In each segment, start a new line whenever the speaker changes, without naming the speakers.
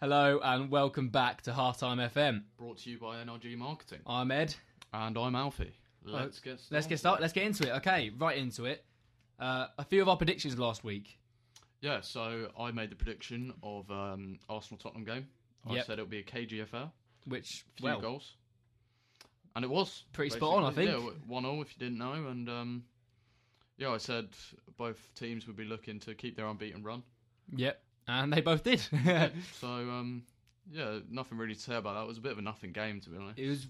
Hello and welcome back to Halftime FM.
Brought to you by NRG Marketing.
I'm Ed.
And I'm Alfie. Let's get started.
Oh, Let's get started. Let's get into it. Okay, right into it. Uh, a few of our predictions last week.
Yeah, so I made the prediction of um, Arsenal Tottenham game. I
Yep.
said it would be a KGFL,
Which
few
well,
goals. And it was.
Pretty spot on, I
basically.
think.
Yeah, 1 0 if you didn't know. And um, yeah, I said both teams would be looking to keep their unbeaten run.
Yep, and they both did. it
So um, yeah, nothing really to say about that. It was a bit of a nothing game, to be honest.
was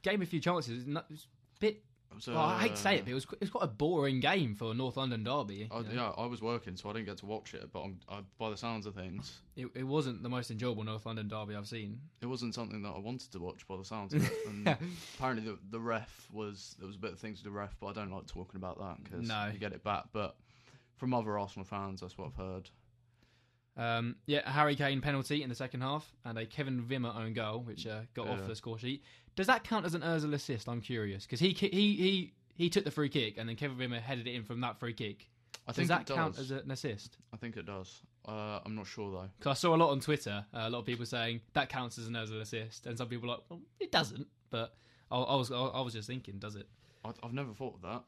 game a few chances. No- It was a bit.
It was,
well, I hate to say
uh,
it, but it was qu- it was quite a boring game for North London derby.
I,
you know.
Oh, yeah, I was working, so I didn't get to watch it. But I'm, I, by the sounds of things,
It, it wasn't the most enjoyable North London derby I've seen.
it wasn't something that I wanted to watch. By the sounds of it, and apparently the, the ref was there was a bit of things with the ref, but I don't like talking about that because
No.
you get it back. But from other Arsenal fans, that's what I've heard.
Um, yeah, a Harry Kane penalty in the second half and a Kevin Vimmer own goal, which uh, got off
Yeah.
the score sheet. Does that count as an Ozil assist? I'm curious because he, ki- he he he took the free kick and then Kevin Vimmer headed it in from that free kick.
I
Does
think
that
it does.
count as an assist?
I think it does. Uh, I'm not sure though.
Because I saw a lot on Twitter, uh, a lot of people saying that counts as an Ozil assist, and some people were like, well, it doesn't. But I, I was I, I was just thinking, does it?
I, I've never thought of that.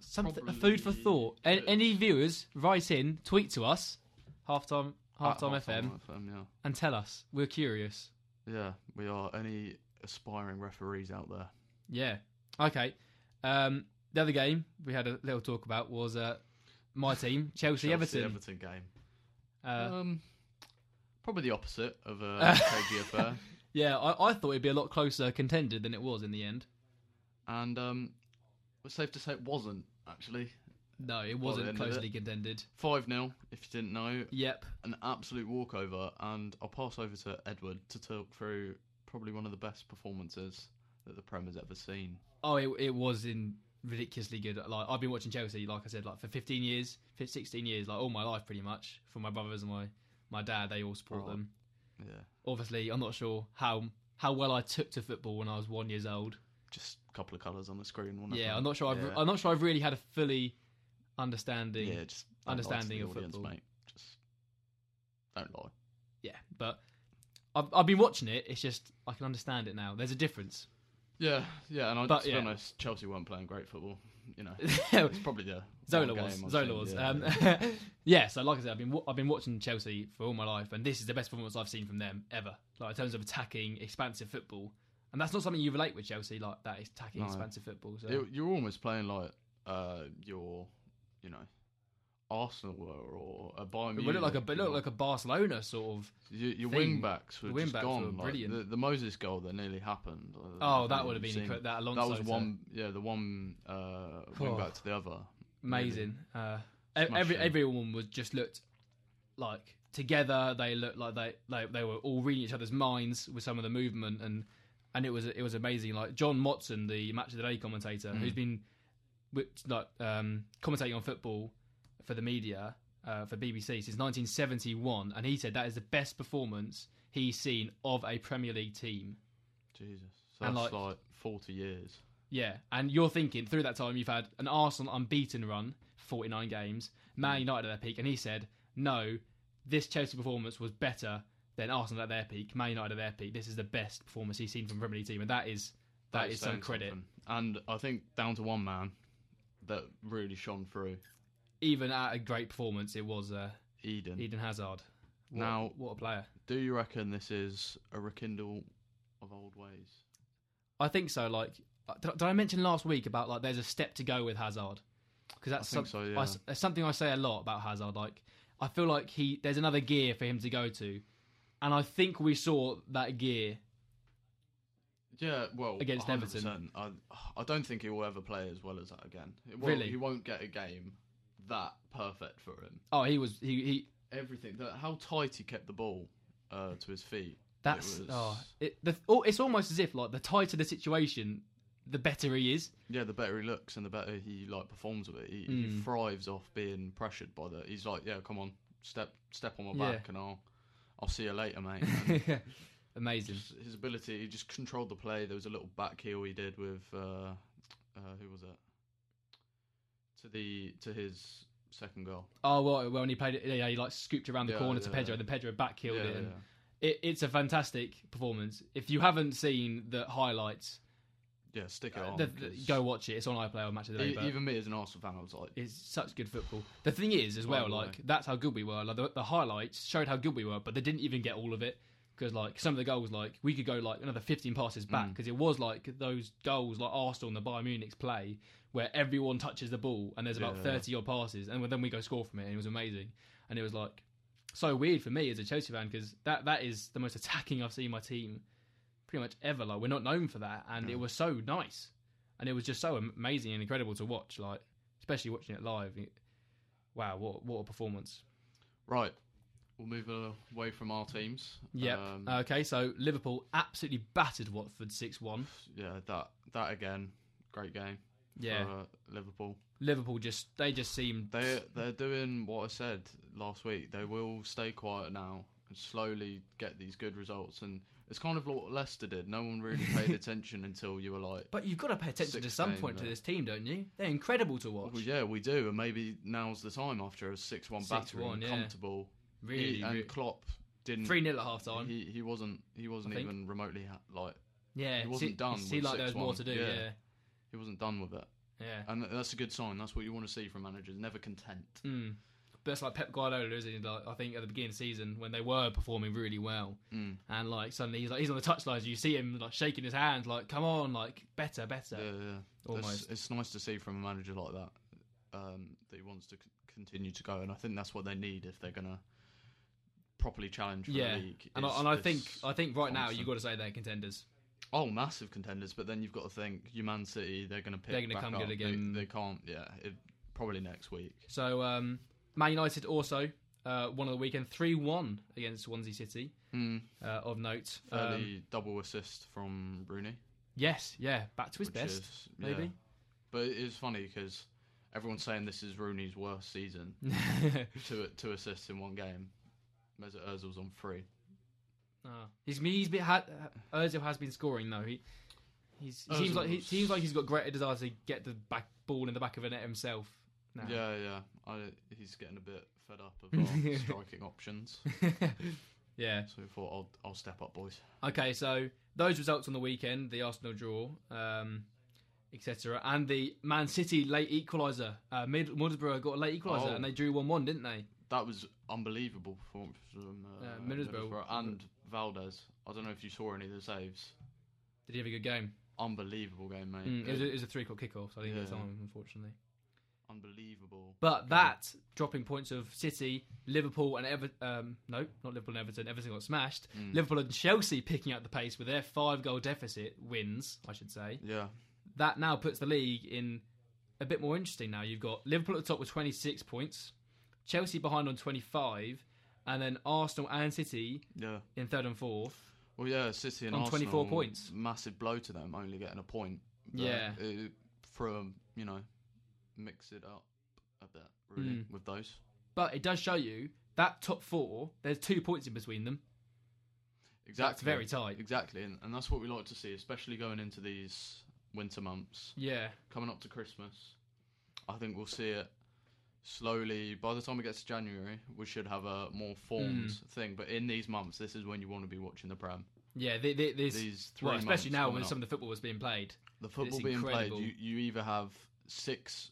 Something a
Probably
food for thought. A-
does.
any viewers, write in, tweet to us, halftime
At
halftime FM,
FM, yeah.
and tell us. We're curious.
Yeah, we are. Any aspiring referees out there?
Yeah. Okay. Um, the other game we had a little talk about was uh, my team, Chelsea, Everton.
Everton game.
Uh,
um, probably the opposite of
Uh,
a KGFR.
yeah, I, I thought it'd be a lot closer contender than it was in the end.
and um, it's safe to say it wasn't actually
No, it
By the
wasn't
end of it.
closely contended.
five 0 If you didn't know,
Yep.
an absolute walkover. And I'll pass over to Edward to talk through probably one of the best performances that the Prem has ever seen.
Oh, it, it was in ridiculously good. Like I've been watching Chelsea, like I said, like for 15 years, for 16 years, like all my life pretty much. From my brothers and my my dad, they all support
Right.
them.
Yeah,
Obviously, I'm not sure how how well I took to football when I was one years old.
just a couple of colours on the screen. One
Yeah, I'm not sure. I've,
Yeah.
I'm not sure I've really had a fully understanding.
yeah, just don't lie to
understanding
the
of
audience,
football.
mate. Just don't lie.
Yeah, but I've, I've been watching it. It's just I can understand it now. There's a difference.
Yeah, yeah, and I,
But,
to
yeah.
be honest, Chelsea weren't playing great football. You know, it's
Zola
probably the one
was.
game I've
Zola
seen,
was.
yeah,
um,
yeah.
yeah. So like I said, I've been wa- I've been watching Chelsea for all my life, and this is the best performance I've seen from them ever. Like in terms of attacking, expansive football, and that's not something you relate with Chelsea like that attacking,
No.
expansive football. So
You- You're almost playing like uh, your, you know, Arsenal were or a Bayern.
it looked like a
Munich,
it
you
looked
know.
like a Barcelona sort of.
your, your
thing.
wing backs were
The wing
just
backs
gone.
were
like,
brilliant.
The, the Moses goal that nearly happened. uh,
Oh,
if
that
you
would have been
seen
inc-
it.
that Alonso.
That was
to-
one. Yeah, the one uh,
Oh.
wing back to the other.
amazing. Uh, ev-
Smash
every
him.
everyone was just looked like together. They looked like they, they they were all reading each other's minds with some of the movement and and it was it was amazing. Like John Motson, the match of the day commentator, who's been which, like um, commentating on football for the media uh, for BBC since 1971, and he said that is the best performance he's seen of a Premier League team.
Jesus, so
And,
that's
like-
like, forty years.
Yeah, and you're thinking through that time you've had an Arsenal unbeaten run, 49 games,
Mm.
Man United at their peak, and he said, no, this Chelsea performance was better than Arsenal at their peak, Man United at their peak. This is the best performance he's seen from a Premier League team, and that is that
That's
is some
saying
credit.
something. And I think down to one man that really shone through,
Even at a great performance, it was uh,
Eden.
Eden Hazard. What,
Now-
what a player!
Do you reckon this is a rekindle of old ways?
I think so. Like, did, did I mention last week about like there's a step to go with Hazard? Because that's
think
some-
so, yeah.
I s- that's something I say a lot about Hazard. Like, I feel like he there's another gear for him to go to, and I think we saw that gear.
Yeah, well,
Against
100%.
Everton.
I, I don't think he will ever play as well as that again. It won't-
Really?
he won't get a game that perfect for him.
Oh, he was he, he
Everything that how tight he kept the ball uh, to his feet.
that's
was-
oh it the, oh, it's almost as if like the tighter the situation, the better he is.
Yeah, the better he looks and the better he like performs with it. He, he
Mm.
thrives off being pressured by the. He's like, yeah, come on, step step on my
Yeah.
back, and I'll I'll see you later, mate.
Amazing.
Just his ability, he just controlled the play. There was a little back heel he did with uh, uh, who was it? To the to his second goal.
Oh well, well, when he played it, yeah, he like scooped around the
Yeah,
corner to
yeah.
Pedro, and then Pedro back heeled
yeah,
it. And,
yeah.
it, it's a fantastic performance. If you haven't seen the highlights,
Yeah, stick it
uh,
on.
the- the-
'cause
go watch it. It's on iPlayer on Match of the Day.
e-
but
even me as an Arsenal fan, I was like,
it's such good football. The thing is, as
By
well,
the way.
like that's how good we were. Like the, the highlights showed how good we were, but they didn't even get all of it because like some of the goals, like we could go like another 15 passes back because it was like those goals, like Arsenal and the Bayern Munich's play, where everyone touches the ball and there's about
Yeah.
30 odd passes, and then we go score from it, and it was amazing. And it was like so weird for me as a Chelsea fan because that that is the most attacking I've seen my team pretty much ever. Like we're not known for that, and it was so nice, and it was just so am- amazing and incredible to watch. Like especially watching it live. It- wow, what what a performance!
right, we'll move away from our teams.
Yep. uh,
Um,
okay, so Liverpool absolutely battered Watford six one.
yeah, that that again, great game.
Yeah,
For Liverpool.
Liverpool just they just seemed
Uh, They they're doing what I said last week. They will stay quiet now and slowly get these good results. And it's kind of like what Leicester did. No one really paid attention until you were like,
But you've got to pay attention to
Six
some
game,
point to
though.
this team, don't you? They're incredible to watch.
well, yeah, we do, and maybe now's the time after a six-one battery,
6-1,
and
yeah.
comfortable.
Really,
he, and Klopp didn't.
three 0 at half time.
he he wasn't he wasn't
think.
even remotely ha- like
Yeah,
he wasn't
see,
done
See,
with
like there was more
6-1,
to do.
yeah.
Yeah,
he wasn't done with it.
yeah.
And th- that's a good sign. That's what you want to see from managers. Never content.
Mm. But it's like Pep Guardiola, isn't he? Like, I think at the beginning of the season when they were performing really well,
Mm.
and like suddenly he's like he's on the touchline, you see him like shaking his hands, like come on, like better, better.
Yeah, yeah.
Almost.
It's, it's nice to see from a manager like that um, that he wants to c- continue to go, and I think that's what they need if they're gonna properly challenge for
Yeah.
the league.
and I,
is
and I
this-
think I think right now
constant.
you've got to say they're contenders.
oh, massive contenders, but then you've got to think your Man City. They're gonna pick.
They're gonna
back
come
up.
good
They-
again.
They, can't. Yeah, it, probably next week.
So um, Man United also uh, won on the weekend three one against Swansea City.
Mm,
Uh, of note, um,
fairly double assist from Rooney.
yes, yeah, back to his
which
best,
is- yeah.
maybe.
But it is funny because everyone's saying this is Rooney's worst season. two two assists in one game. Mesut Ozil's on three.
Ah. He's he's been had Ozil has been scoring though. He he's, he seems like he
Ozil's-
seems like he's got greater desire to get the back ball in the back of a net himself. now.
Yeah, yeah. I, he's getting a bit fed up of our striking options.
yeah.
So we thought I'll I'll step up, boys.
Okay, so those results on the weekend, the Arsenal draw, um, etc., and the Man City late equaliser. Uh, Mid- Middlesbrough got a late equaliser
Oh.
and they drew one-one, didn't they?
That was unbelievable performance from uh,
Yeah, Middlesbrough.
and Valdez. I don't know if you saw any of the saves.
Did he have a good game?
Unbelievable game, mate.
Mm, it, was a,
Good.
it was a three-quarter kick-off, so I didn't get
Yeah.
time, unfortunately.
Unbelievable.
But that dropping points of City, Liverpool, and Ever um, no, not Liverpool and Everton. Everton got smashed.
Mm.
Liverpool and Chelsea picking up the pace with their five goal deficit wins. I should say
Yeah,
that now puts the league in a bit more interesting. Now you've got Liverpool at the top with twenty six points, Chelsea behind on twenty five, and then Arsenal and City
yeah.
in third and fourth.
Well, yeah, City and
On
Arsenal,
24 points.
Massive blow to them, only getting a point. But
Yeah.
it- from you know, mix it up a bit really
Hmm.
with those.
But it does show you that top four. There's two points in between them.
Exactly.
That's very tight.
Exactly, and, and that's what we like to see, especially going into these winter months,
Yeah.
coming up to Christmas. I think we'll see it slowly. By the time it gets to January, we should have a more formed
Hmm.
thing. But in these months, this is when you want to be watching the Prem.
Yeah, th th this,
These three,
well, especially
months
now
coming
when
up.
some of the football was being played.
the football being
incredible.
played, you, you either have six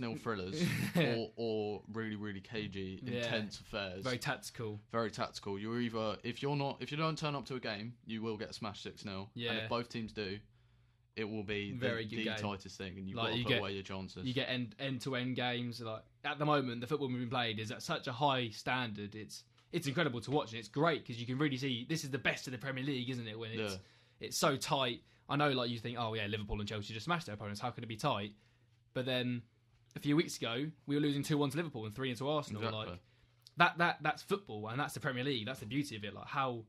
nil thrillers or or really really cagey,
Yeah.
intense affairs.
Very tactical.
very tactical. You're either if you're not if you don't turn up to a game, you will get smashed six 0 And
Yeah.
if both teams do, it will be
Very
the,
good
the
game.
tightest thing, and you've
Like,
got to
you
put
get-
away your chances.
You get end end to end games. Like at the moment, the football being played is at such a high standard. It's it's incredible to watch, and it's great because you can really see this is the best of the Premier League, isn't it? When it's it's so tight. I know, like you think, oh yeah, Liverpool and Chelsea just smashed their opponents. How could it be tight? But then a few weeks ago, we were losing two one to Liverpool and three 0 to Arsenal.
Exactly.
Like that that that's football, and that's the Premier League. That's the beauty of it. Like how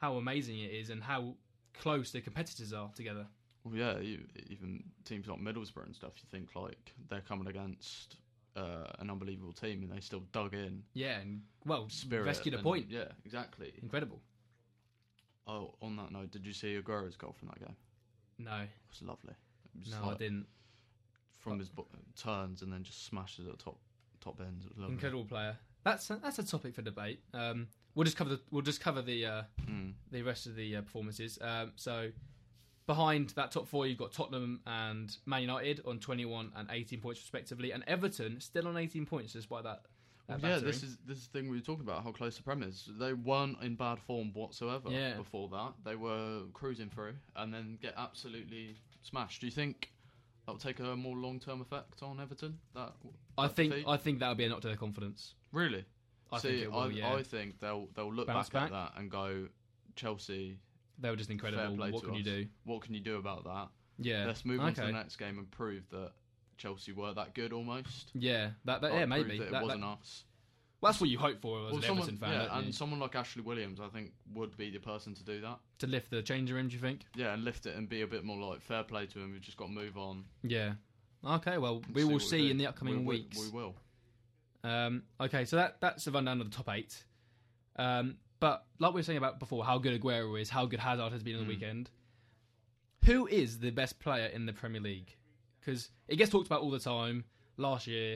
how amazing it is, and how close the competitors are together.
well, yeah, you, even teams like Middlesbrough and stuff. You think like they're coming against uh, an unbelievable team, and they still dug in.
Yeah, and well,
Spirit
rescued a
and-
point.
Yeah, exactly.
Incredible.
Oh, on that note, did you see Aguero's goal from that game?
No,
It was lovely. It was
no, I
like
didn't.
From his bo- turns and then just smashes at the top top ends. It was lovely.
Incredible player. That's a, that's a topic for debate. Um, We'll just cover the we'll just cover the uh,
Mm.
the rest of the uh, performances. Um, so behind that top four, you've got Tottenham and Man United on 21 and 18 points respectively, and Everton still on 18 points despite that.
Well,
that
yeah,
battering.
this is this is the thing we were talking about. How close the Prem is. They weren't in bad form whatsoever
Yeah.
before that. They were cruising through and then get absolutely smashed. Do you think that'll take a more long term effect on Everton? That
I
that
think
defeat?
I think that'll be a knock to their confidence.
really?
I
See,
think it will.
I,
yeah,
I think they'll they'll look
Bounce
back, at that and go, Chelsea,
they were just incredible.
play
What
to
can you
us.
do?
what can you do about that?
Yeah,
Let's move on to the
Okay.
next game and prove that Chelsea were that good almost.
yeah, that, that
Like,
yeah
prove
maybe.
that it
That- that-
wasn't us.
well, that's what you hope for as
Well,
an
someone,
Everton fan,
yeah,
don't you?
and someone like Ashley Williams, I think, would be the person to do that.
to lift the changer in. Do you think?
Yeah, and lift it and be a bit more like fair play to him. We've just got to move on.
Yeah. Okay, well,
and
we will
what
see
do.
in the upcoming
We will-
weeks.
We will.
Um, okay, so that that's a rundown of the top eight. Um, but like we were saying about before, how good Aguero is, how good Hazard has
Hmm.
been on the weekend. Who is the best player in the Premier League? Because it gets talked about all the time. Last year,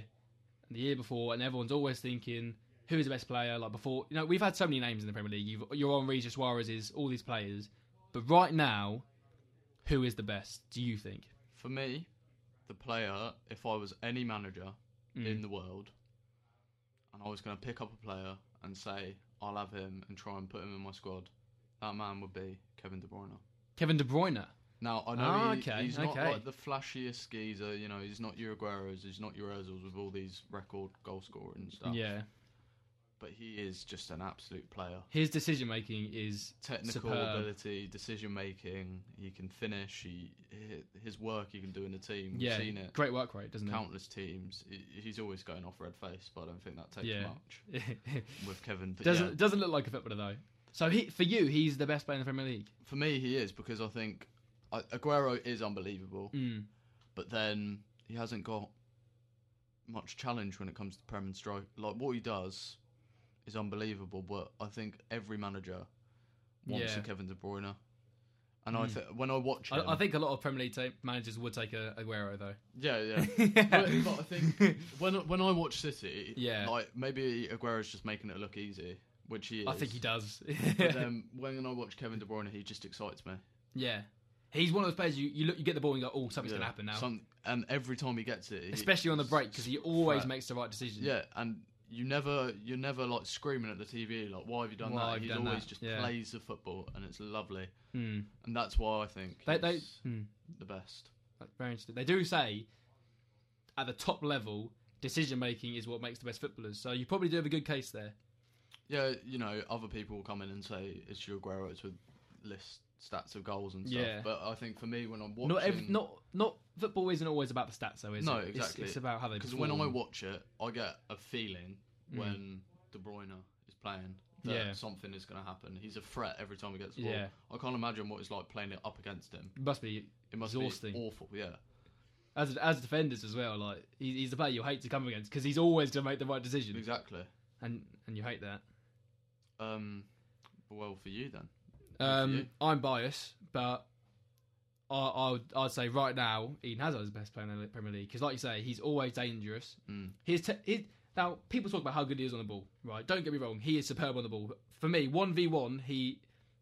and the year before, and everyone's always thinking who is the best player. Like before, you know, we've had so many names in the Premier League. You've, you're on Regis Suarez's, all these players. But right now, who is the best? Do you think?
For me, the player, if I was any manager
Mm.
in the world, and I was going to pick up a player and say I'll have him and try and put him in my squad, that man would be Kevin De Bruyne.
Kevin De Bruyne.
Now I know
Ah,
he-
okay,
he's not
okay.
like the flashiest geezer. You know, he's not your Aguero's, he's not your Ozils with all these record goal scorers and stuff.
Yeah,
but he is just an absolute player.
his decision making is
Technical
Superb.
ability, decision making. He can finish. He hi- his work he can do in the team. We've
yeah,
seen it.
great work rate, doesn't it?
Countless teams. He- He's always going off red face, but I don't think that takes
Yeah.
much with Kevin. But
doesn't
yeah,
doesn't look like a footballer though. So he, for you, he's the best player in the Premier League.
for me, he is because I think I, Aguero is unbelievable.
Mm.
but then he hasn't got much challenge when it comes to Prem and strike. Like what he does is unbelievable, but I think every manager wants
Yeah.
a Kevin De Bruyne. And I
Mm.
th- when I watch him,
I, I think a lot of Premier League ta- managers would take a Aguero though.
yeah, yeah. but, but I think when I- when I watch City,
Yeah.
like maybe Aguero's just making it look easy, which he is.
I think he does.
But um, then when I watch Kevin De Bruyne, he just excites me.
yeah, he's one of those players you, you look you get the ball and you go, oh something's
Yeah.
gonna happen now.
Some- and every time he gets it, he-
Especially on the break because he always
Right.
makes the right decision.
Yeah, and you never you're never like screaming at the TV like why have you done
Why
that?
have you
He's
done
always
that?
just
Yeah.
plays the football and it's lovely,
Hmm.
and that's why I think
They they
he's
hmm.
the best.
That's very interesting. They do say at the top level, decision making is what makes the best footballers. So you probably do have a good case there.
Yeah, you know, other people will come in and say it's your Aguero, it's with list stats of goals and stuff.
Yeah.
But I think for me when I'm watching,
Not ev- not not football isn't always about the stats though, is
No,
it? It's-
exactly.
It's, about how they.
because when I
perform.
watch it, I get a feeling
Mm.
when De Bruyne is playing that
Yeah.
something is going to happen. He's a threat every time he gets the ball.
Yeah.
I can't imagine what it's like playing it up against him.
must be
It must
Exhausting.
be awful. Yeah.
as as defenders as well. Like he, he's the player you hate to come against because he's always going to make the right decision,
Exactly.
and and you hate that.
Um, well, for you then. for
Um,
you.
I'm biased, but I, I would, I'd say right now Eden Hazard is the best player in the Premier League because, like you say, he's always dangerous.
Mm.
His, te- his now people talk about how good he is on the ball, right? Don't get me wrong, he is superb on the ball. For me, one v one, he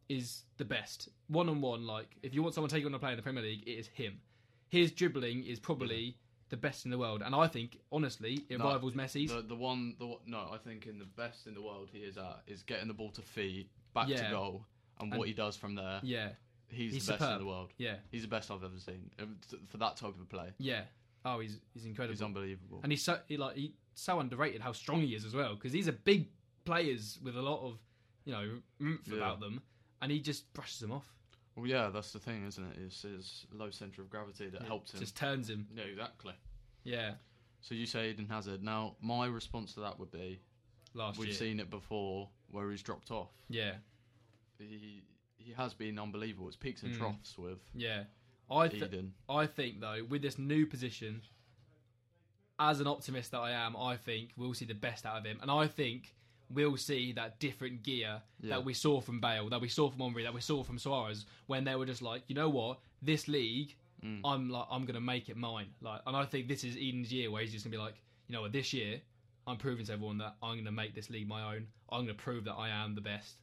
is the best. One on one, like if you want someone to take on a player in the Premier League, it is him. His dribbling is probably the best in the world, and I think honestly, it
No,
rivals Messi's.
The the one the one- no, I think in the best in the world he is at is getting the ball to feet back
Yeah.
to goal, and, what he does from there,
yeah,
he's,
he's
the best
superb.
in the world.
yeah,
He's the best I've ever seen Um, t- for that type of play.
yeah. Oh, he's he's incredible.
He's unbelievable.
and he's so he, like he's so underrated how strong he is as well because these are big players with a lot of you know oomph
Yeah.
about them, and he just brushes them off,
well, yeah, that's the thing, isn't it? It's his low center of gravity that helps him.
just turns him.
Yeah, exactly.
Yeah,
So you say Eden Hazard. Now, my response to that would be
last
we've
year.
seen it before where he's dropped off.
yeah,
He he has been unbelievable. It's peaks and
Mm.
troughs with
yeah. I th-
Eden.
I think though with this new position, as an optimist that I am, I think we'll see the best out of him, and I think we'll see that different gear
Yeah.
that we saw from Bale, that we saw from Henry, that we saw from Suarez, when they were just like, you know what, this league, I'm like, I'm gonna make it mine. Like, and I think this is Eden's year where he's just gonna be like, you know what, this year I'm proving to everyone that I'm going to make this league my own. I'm going to prove that I am the best.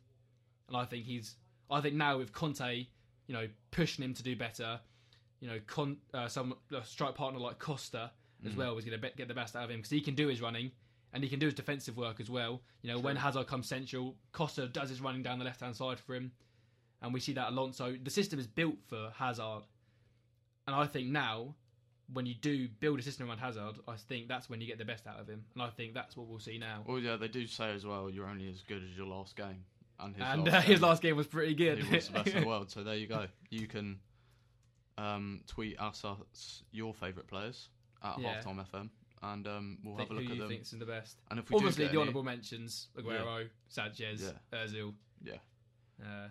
And I think he's. I think now with Conte, you know, pushing him to do better, you know, Con, uh, some a strike partner like Costa
Mm-hmm.
as well is going to get the best out of him because he can do his running and he can do his defensive work as well. You know, when Hazard comes central, Costa does his running down the left hand side for him, and we see that Alonso. The system is built for Hazard, and I think now when you do build a system around Hazard, I think that's when you get the best out of him, and I think that's what we'll see now.
Well, yeah, they do say as well you're only as good as your last game. And his
and
last
uh, his
game,
last game was pretty good.
he was the best in the world. So there you go. You can um, tweet us, us your favourite players at
Yeah.
halftime FM, and um, we'll
Think
have a look
who
at
you
them.
think's the best?
And if we
Obviously,
do get
the
any-
honourable mentions: Aguero, Sanchez, Özil.
Yeah.
Uh,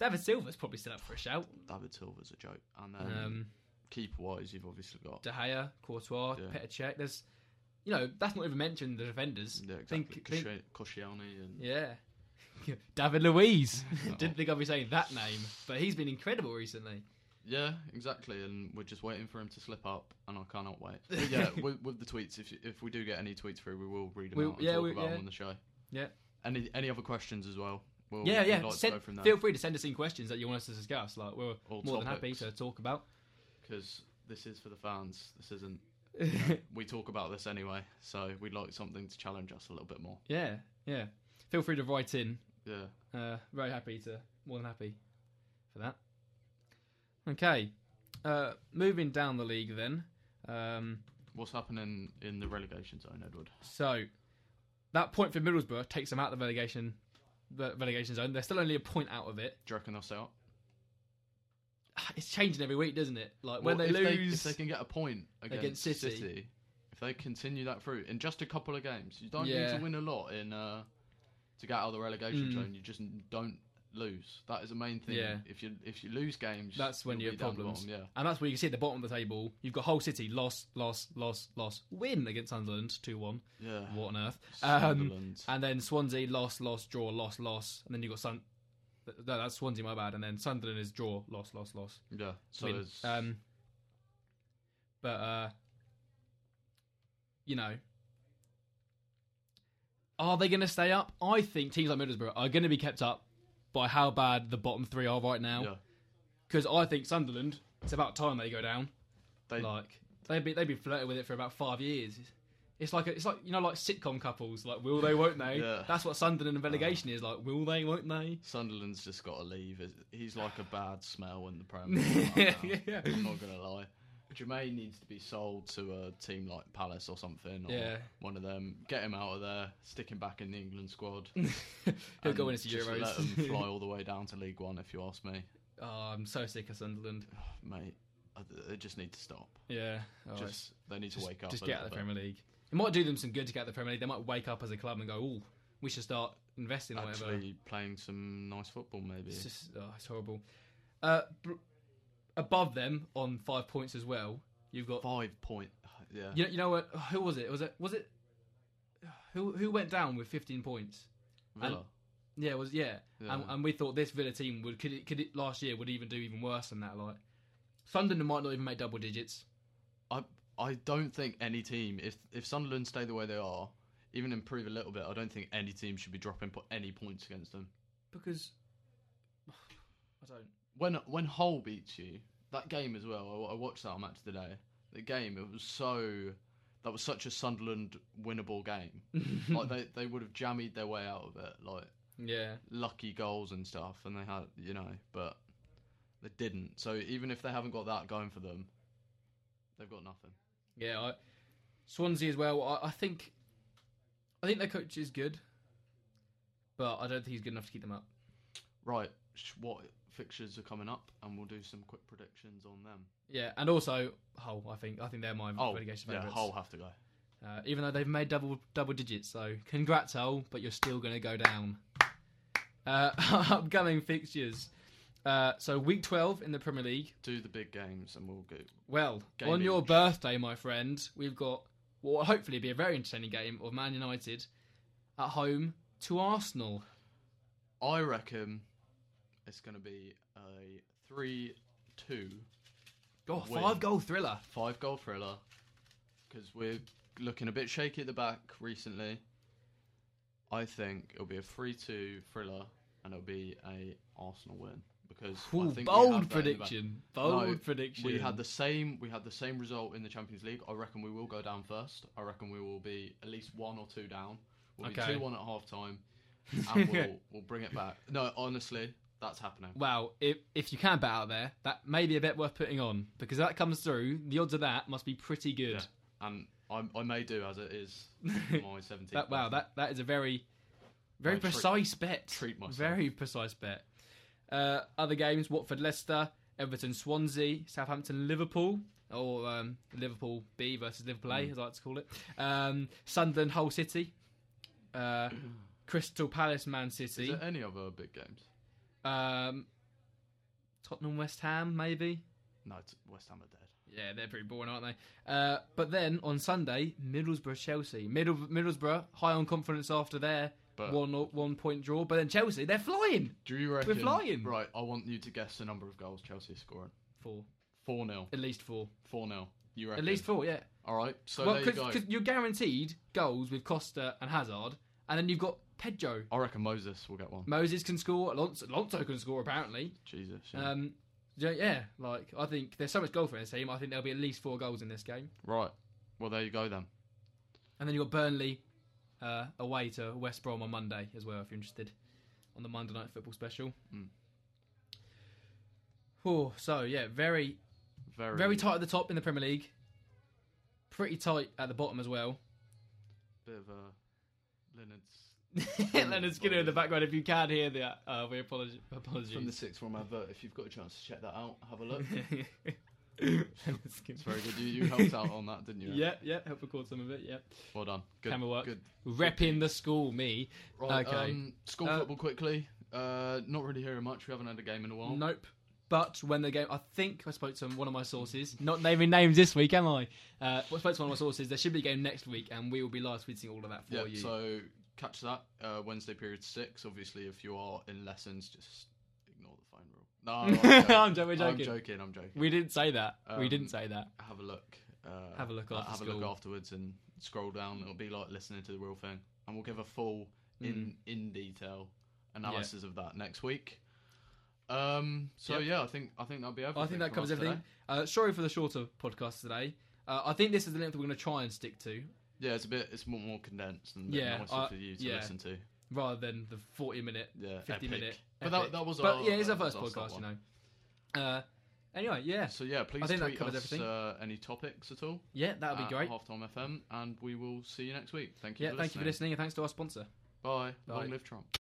David Silva's probably still up for a shout.
David Silva's a joke. And then
Um,
keeper wise, you've obviously got
De Gea, Courtois,
Yeah.
Petr Cech. There's, you know, that's not even mentioned the defenders.
yeah,
think-
exactly
think-
Koscielny and
Yeah. David Luiz.
Oh.
Didn't think I'd be saying that name, but he's been incredible recently.
yeah, exactly. And we're just waiting for him to slip up, and I cannot wait. But yeah, with, with the tweets, if if we do get any tweets through, we will read them
We-
out and
yeah,
talk
we-
about
yeah.
them on the show.
Yeah.
Any any other questions as well? We'll-
yeah,
we'd
yeah.
Like
Send-
to go from there
feel free to send us in questions that you want us to discuss. Like we're
All
more than happy
topics.
to talk about.
because this is for the fans. This isn't.
yeah,
We talk about this anyway, so we'd like something to challenge us a little bit more.
yeah, Feel free to write in.
Yeah.
Uh, very happy to, more than happy for that. Okay, uh, moving down the league then. Um,
What's happening in the relegation zone, Edward?
So that point for Middlesbrough takes them out of the relegation, the relegation zone. They're still only a point out of it.
Do you reckon they'll stay up?
It's changing every week, doesn't it? Like when
Well,
they
if
lose,
if they can get a point against,
against City.
City. if they continue that through in just a couple of games, you don't
Yeah.
need to win a lot in uh, to get out of the relegation
Mm.
zone. You just don't lose. That is the main thing.
Yeah.
If you if you lose games,
That's when
you'll
you
be
have
down the
problems.
bottom,
and that's where you can see at the bottom of the table, you've got Hull City loss, loss, loss, loss, win against Sunderland two one.
yeah, yeah.
What on earth? Um,
Sunderland.
and then Swansea loss, loss, draw, loss, loss, and then you have got Sun. th- No, that's Swansea, my bad. And then Sunderland is draw, loss, loss, loss.
yeah. So
win.
there's-
Um, but uh, you know, are they going to stay up? I think teams like Middlesbrough are going to be kept up by how bad the bottom three are right
yeah.
now. Because I think Sunderland, it's about time they go down.
They-
like they've been they've been flirting with it for about five years. It's like a, it's like you know like sitcom couples like will they won't they?
Yeah. Uh-huh.
That's what Sunderland and relegation is like will they won't they?
Sunderland's just got to leave. Is- He's like a bad smell in the Premier League right now. I'm not gonna lie. Jermaine needs to be sold to a team like Palace or something, or
Yeah.
one of them. Get him out of there. Stick him back in the England squad.
He'll go
and
into
just
Euros.
Let him fly all the way down to League One, if you ask me,
oh, I'm so sick of Sunderland.
mate. I- They just need to stop.
Yeah. All right.
just they need to wake up.
Just
a
get out of the
little
Premier League. It might do them some good to get out of the Premier League. They might wake up as a club and go, "Oh, we should start investing
bit.
or whatever."
Actually, playing some nice football, maybe.
It's just oh, it's horrible. Uh, br- above them on five points as well. You've got
Five point. Yeah.
you know, you know what? Who was it? Was it was it who who went down with 15 points?
Villa.
Yeah, it was yeah. And,
Yeah.
and we thought this Villa team would could it, could it last year would even do even worse than that. Like Sunderland might not even make double digits.
I I don't think any team if if Sunderland stay the way they are, even improve a little bit, I don't think any team should be dropping po- any points against them.
Because I don't.
When when Hull beats you, that game as well. I, I watched that match today. The game it was so that was such a Sunderland winnable game. like they they would have jammied their way out of it, like
Yeah,
lucky goals and stuff, and they had you know, but they didn't. So even if they haven't got that going for them, they've got nothing.
yeah. I, Swansea as well. I, I think I think their coach is good, but I don't think he's good enough to keep them up.
Right, sh- what fixtures are coming up, and we'll do some quick predictions on them.
Yeah, and also Hull. I think I think they're my
Oh,
relegation
yeah,
favourites.
Hull have to go.
Uh, even though they've made double double digits, so congrats Hull, but you're still going to go down. Uh, upcoming fixtures. Uh, so week 12 in the Premier League.
Do the big games, and we'll go.
Well,
Game
on your
each.
birthday, my friend, we've got what will hopefully be a very entertaining game of Man United at home to Arsenal.
I reckon it's going to be a three-two
Oh,
Win.
five goal thriller.
five-goal thriller because we're looking a bit shaky at the back recently. I think it'll be a 3 2 thriller and it'll be a Arsenal win. Because I
Ooh,
think we
bold
have that in the back.
prediction. Bold
No,
prediction.
We had the same. We had the same result in the Champions League. I reckon we will go down first. I reckon we will be at least one or two down. We'll
Okay.
be two one at half time, and we'll we'll bring it back. No, honestly, that's happening.
Wow, if if you can bet out there, that may be a bet worth putting on because if that comes through. The odds of that must be pretty good.
And I, I may do as it is my seventeenth.
That wow, that that is a very, very
I treat-
precise bet.
treat myself.
Very precise bet. Uh, other games: Watford, Leicester, Everton, Swansea, Southampton, Liverpool, or um, Liverpool B versus Liverpool
Hmm.
A, as I like to call it. Um, Sunderland, Hull City, uh, Crystal Palace, Man
Is
City,
there any other big games?
um, Tottenham, West Ham, maybe.
No, it's West Ham are dead.
Yeah, they're pretty boring, aren't they? Uh, but then on Sunday, Middlesbrough Chelsea. Middle Middlesbrough high on confidence after their
But-
one one point draw. But then Chelsea, they're flying.
Do you reckon?
flying.
Right, I want you to guess the number of goals Chelsea is scoring.
Four,
Four 0
at least four,
Four 0 You reckon?
at least four. Yeah.
All right. So
well,
there you go.
because you're guaranteed goals with Costa and Hazard, and then you've got Pedro.
I reckon Moses will get one.
Moses can score. Alonso, Alonso can score apparently.
Jesus. yeah.
Um, yeah, yeah, like I think there's so much goal for this team. I think there'll be at least four goals in this game.
Right. Well, there you go then.
And then you've got Burnley uh, away to West Brom on Monday as well, if you're interested, on the Monday Night Football special.
Mm.
Oh, so yeah, very,
Very,
very tight at the top in the Premier League. Pretty tight at the bottom as well.
Bit of a Leonard's
Leonard Skinner in the background, if you can hear that, uh, we apologize. Apologies.
from the sixth form advert. If you've got a chance to check that out, have a look.
Leonard Skinner.
it's very good. You, you helped out on that, didn't you?
Yeah, yeah, help record some of it. Yeah,
Well done. Good.
Camera work.
Good.
repping the school, me.
Right.
Okay.
Um, school
Uh,
football quickly. Uh, not really hearing much. We haven't had a game in a while.
Nope. But when the game, I think I spoke to one of my sources. Not naming names this week, am I? Uh, I spoke to one of my sources. There should be a game next week, and we will be live tweeting all of that for
Yeah.
you.
So catch that uh, Wednesday period six. Obviously, if you are in lessons, just ignore the phone rule. No,
I'm joking, we're
I'm
joking.
joking. I'm joking.
we didn't say that. we
Um,
didn't say that.
have a look. Uh,
Have a look
uh,
after
Have a look
school.
afterwards and scroll down. It'll be like listening to the real thing, and we'll give a full
Hmm.
in in detail analysis of that next week. Um. So
Yep.
yeah, I think I think that'll be everything.
I think that
from
covers
us today.
everything. Uh, sorry for the shorter podcast today. Uh, I think this is the length we're going to try and stick to,
Yeah, it's a bit. It's more, more condensed and a bit
Yeah,
nicer
I-
for you to
yeah.
listen to.
rather than the forty-minute,
Yeah. epic.
fifty-minute.
But that, that was
But
our,
yeah, it's
that
our first
was our
podcast,
start
you
one.
know. Uh, anyway, yeah,
So yeah, please
think that
tweet
covers
us
everything.
uh, any topics at all.
yeah, that would be
at
great.
Halftime FM, and we will see you next week. Thank you.
Yeah,
for
thank you for
listening.
listening, and thanks to our sponsor.
Bye.
Bye.
Long live Trump.